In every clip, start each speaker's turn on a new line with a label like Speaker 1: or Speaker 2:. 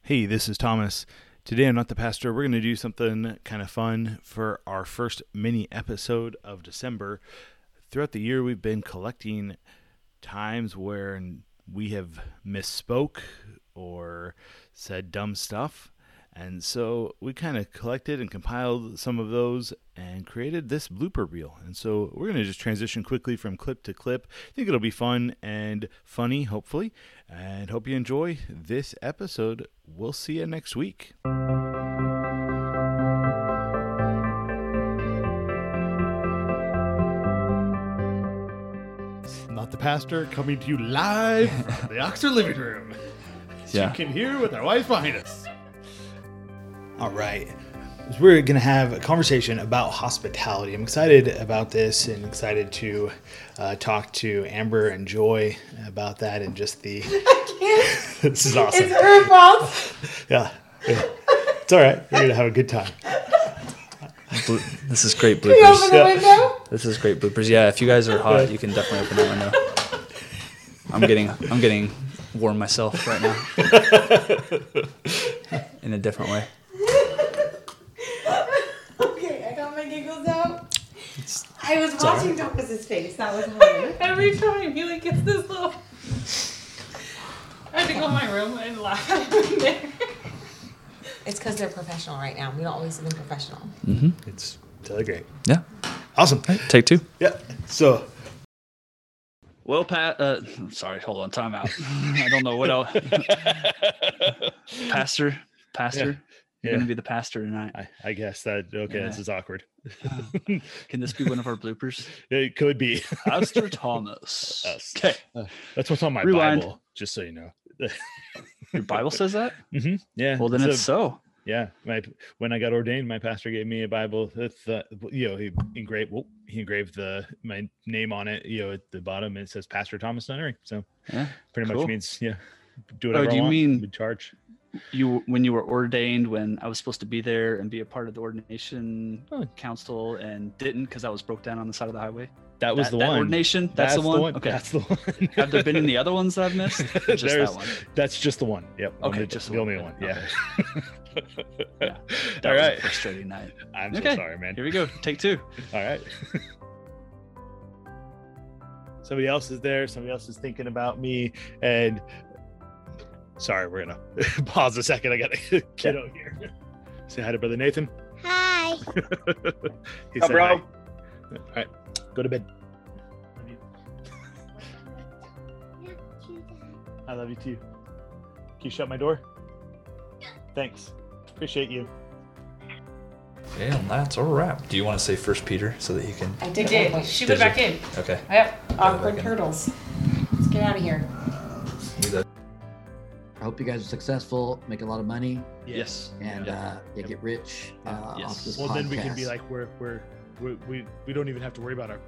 Speaker 1: Hey, this is Thomas. Today I'm not the pastor. We're going to do something kind of fun for our first mini episode of December. Throughout the year, we've been collecting times where we have misspoke or said dumb stuff. And so we kind of collected and compiled some of those and created this blooper reel. And so we're going to just transition quickly from clip to clip. I think it'll be fun and funny, hopefully. And hope you enjoy this episode. We'll see you next week.
Speaker 2: Not the pastor coming to you live from the Oxford living room. As
Speaker 3: Yeah.
Speaker 2: You can hear with our wife behind us.
Speaker 1: All right. We're going to have a conversation about hospitality. I'm excited about this and excited to uh, talk to Amber and Joy about that and just the. this is awesome.
Speaker 4: It's her fault.
Speaker 1: Yeah. yeah. It's all right. We're going to have a good time.
Speaker 3: Blo- this is great
Speaker 4: You open
Speaker 3: bloopers.
Speaker 4: the
Speaker 1: Yeah.
Speaker 4: window.
Speaker 3: This is great bloopers. Yeah, if you guys are hot, you can definitely open that window. I'm getting I'm getting warm myself right now. In a different way.
Speaker 4: Okay, I got my giggles out. I was watching Thomas's face. That was hard.
Speaker 5: Every time he like gets this little. I had to go in my room and laugh at him in there.
Speaker 4: It's because they're professional right now. We don't always have been professional.
Speaker 1: It's totally great.
Speaker 3: Yeah.
Speaker 1: Awesome.
Speaker 3: Take two.
Speaker 1: Yeah. So,
Speaker 3: Well, Pat. Uh, sorry. Hold on. Time out. I don't know what else. pastor. Pastor.
Speaker 1: Yeah.
Speaker 3: You're gonna be the pastor tonight.
Speaker 1: I, I guess that, okay, this is awkward.
Speaker 3: Can this be one of our bloopers?
Speaker 1: It could be.
Speaker 3: Pastor Thomas.
Speaker 1: Us.
Speaker 3: Okay.
Speaker 1: That's what's on my
Speaker 3: Rewind.
Speaker 1: Bible, just so you know.
Speaker 3: Your Bible says that.
Speaker 1: hmm Yeah.
Speaker 3: Well, then
Speaker 1: so-
Speaker 3: it's so.
Speaker 1: Yeah, my when I got ordained, my pastor gave me a Bible. With the, you know, he engraved whoop, he engraved the my name on it. You know, at the bottom it says Pastor Thomas Nunnery. So
Speaker 3: Yeah.
Speaker 1: pretty
Speaker 3: Cool. Oh,
Speaker 1: much means yeah, do whatever
Speaker 3: do
Speaker 1: I
Speaker 3: you
Speaker 1: want.
Speaker 3: mean-
Speaker 1: I'm in charge?
Speaker 3: you when you were ordained when i was supposed to be there and be a part of the ordination
Speaker 1: Oh.
Speaker 3: council and didn't because i was broke down on the side of the highway
Speaker 1: That was
Speaker 3: That-
Speaker 1: the
Speaker 3: that
Speaker 1: one.
Speaker 3: ordination that's, the, one? okay
Speaker 1: That's the one.
Speaker 3: have there been any other ones that i've missed Or just
Speaker 1: There's-
Speaker 3: that one
Speaker 1: That's just the one. Yep.
Speaker 3: Okay,
Speaker 1: Only-
Speaker 3: just
Speaker 1: the
Speaker 3: the one.
Speaker 1: only one. Yeah.
Speaker 3: Yeah, that
Speaker 1: All
Speaker 3: was a
Speaker 1: right.
Speaker 3: frustrating night
Speaker 1: I'm so
Speaker 3: Okay,
Speaker 1: sorry, man.
Speaker 3: here we go take two
Speaker 1: All right. somebody else is there. Somebody else is thinking about me. And sorry, we're gonna pause a second. I got a kiddo out here. Say hi to brother Nathan.
Speaker 6: Hi.
Speaker 1: He
Speaker 7: Hi,
Speaker 1: said
Speaker 7: bro.
Speaker 1: hi. All right, go to bed. I love you too. Can you shut my door? Thanks. Appreciate you.
Speaker 8: Okay, and that's a wrap. Do you want to say First Peter so that you can?
Speaker 4: I
Speaker 5: I
Speaker 4: did. at one
Speaker 5: did.
Speaker 4: point.
Speaker 5: She
Speaker 8: Did
Speaker 5: went
Speaker 8: you?
Speaker 5: back in.
Speaker 8: Okay.
Speaker 5: Yep.
Speaker 4: Awkward turtles. Let's get out of here.
Speaker 9: I hope you guys are successful, make a lot of money,
Speaker 3: yes
Speaker 9: and uh, yeah, get rich uh,
Speaker 3: Yes.
Speaker 9: off this
Speaker 2: Well,
Speaker 9: podcast.
Speaker 2: then we can be like, we're, we're, we we, we don't even have to worry about our,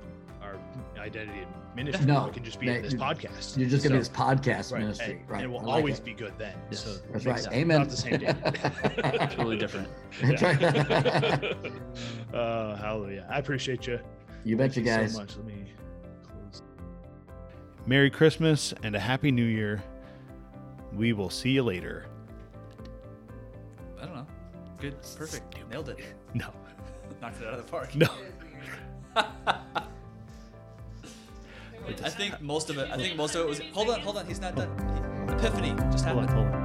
Speaker 2: our identity in ministry.
Speaker 9: No,
Speaker 2: we can just be
Speaker 9: that-
Speaker 2: in this
Speaker 9: you-
Speaker 2: podcast.
Speaker 9: you're just gonna be
Speaker 2: So-
Speaker 9: this podcast
Speaker 2: right,
Speaker 9: ministry,
Speaker 2: and,
Speaker 9: right?
Speaker 2: And
Speaker 9: I
Speaker 2: we'll
Speaker 9: like
Speaker 2: always
Speaker 9: it.
Speaker 2: be good then.
Speaker 3: Yes.
Speaker 2: So it
Speaker 9: That's
Speaker 2: makes
Speaker 9: right.
Speaker 2: sense.
Speaker 9: Amen.
Speaker 2: Not the same day.
Speaker 3: totally different
Speaker 9: That's right.
Speaker 2: uh, hallelujah. I appreciate you.
Speaker 9: you
Speaker 2: Thank
Speaker 9: bet, you guys.
Speaker 2: so much. Let me close.
Speaker 1: Merry Christmas and a Happy New Year. We will see you later.
Speaker 3: i don't know good perfect nailed it
Speaker 1: No,
Speaker 3: knocked it out of the park
Speaker 1: no.
Speaker 3: i think most of it i think most of it was hold on hold on he's not done epiphany just
Speaker 1: Hold on,
Speaker 3: happened
Speaker 1: hold on.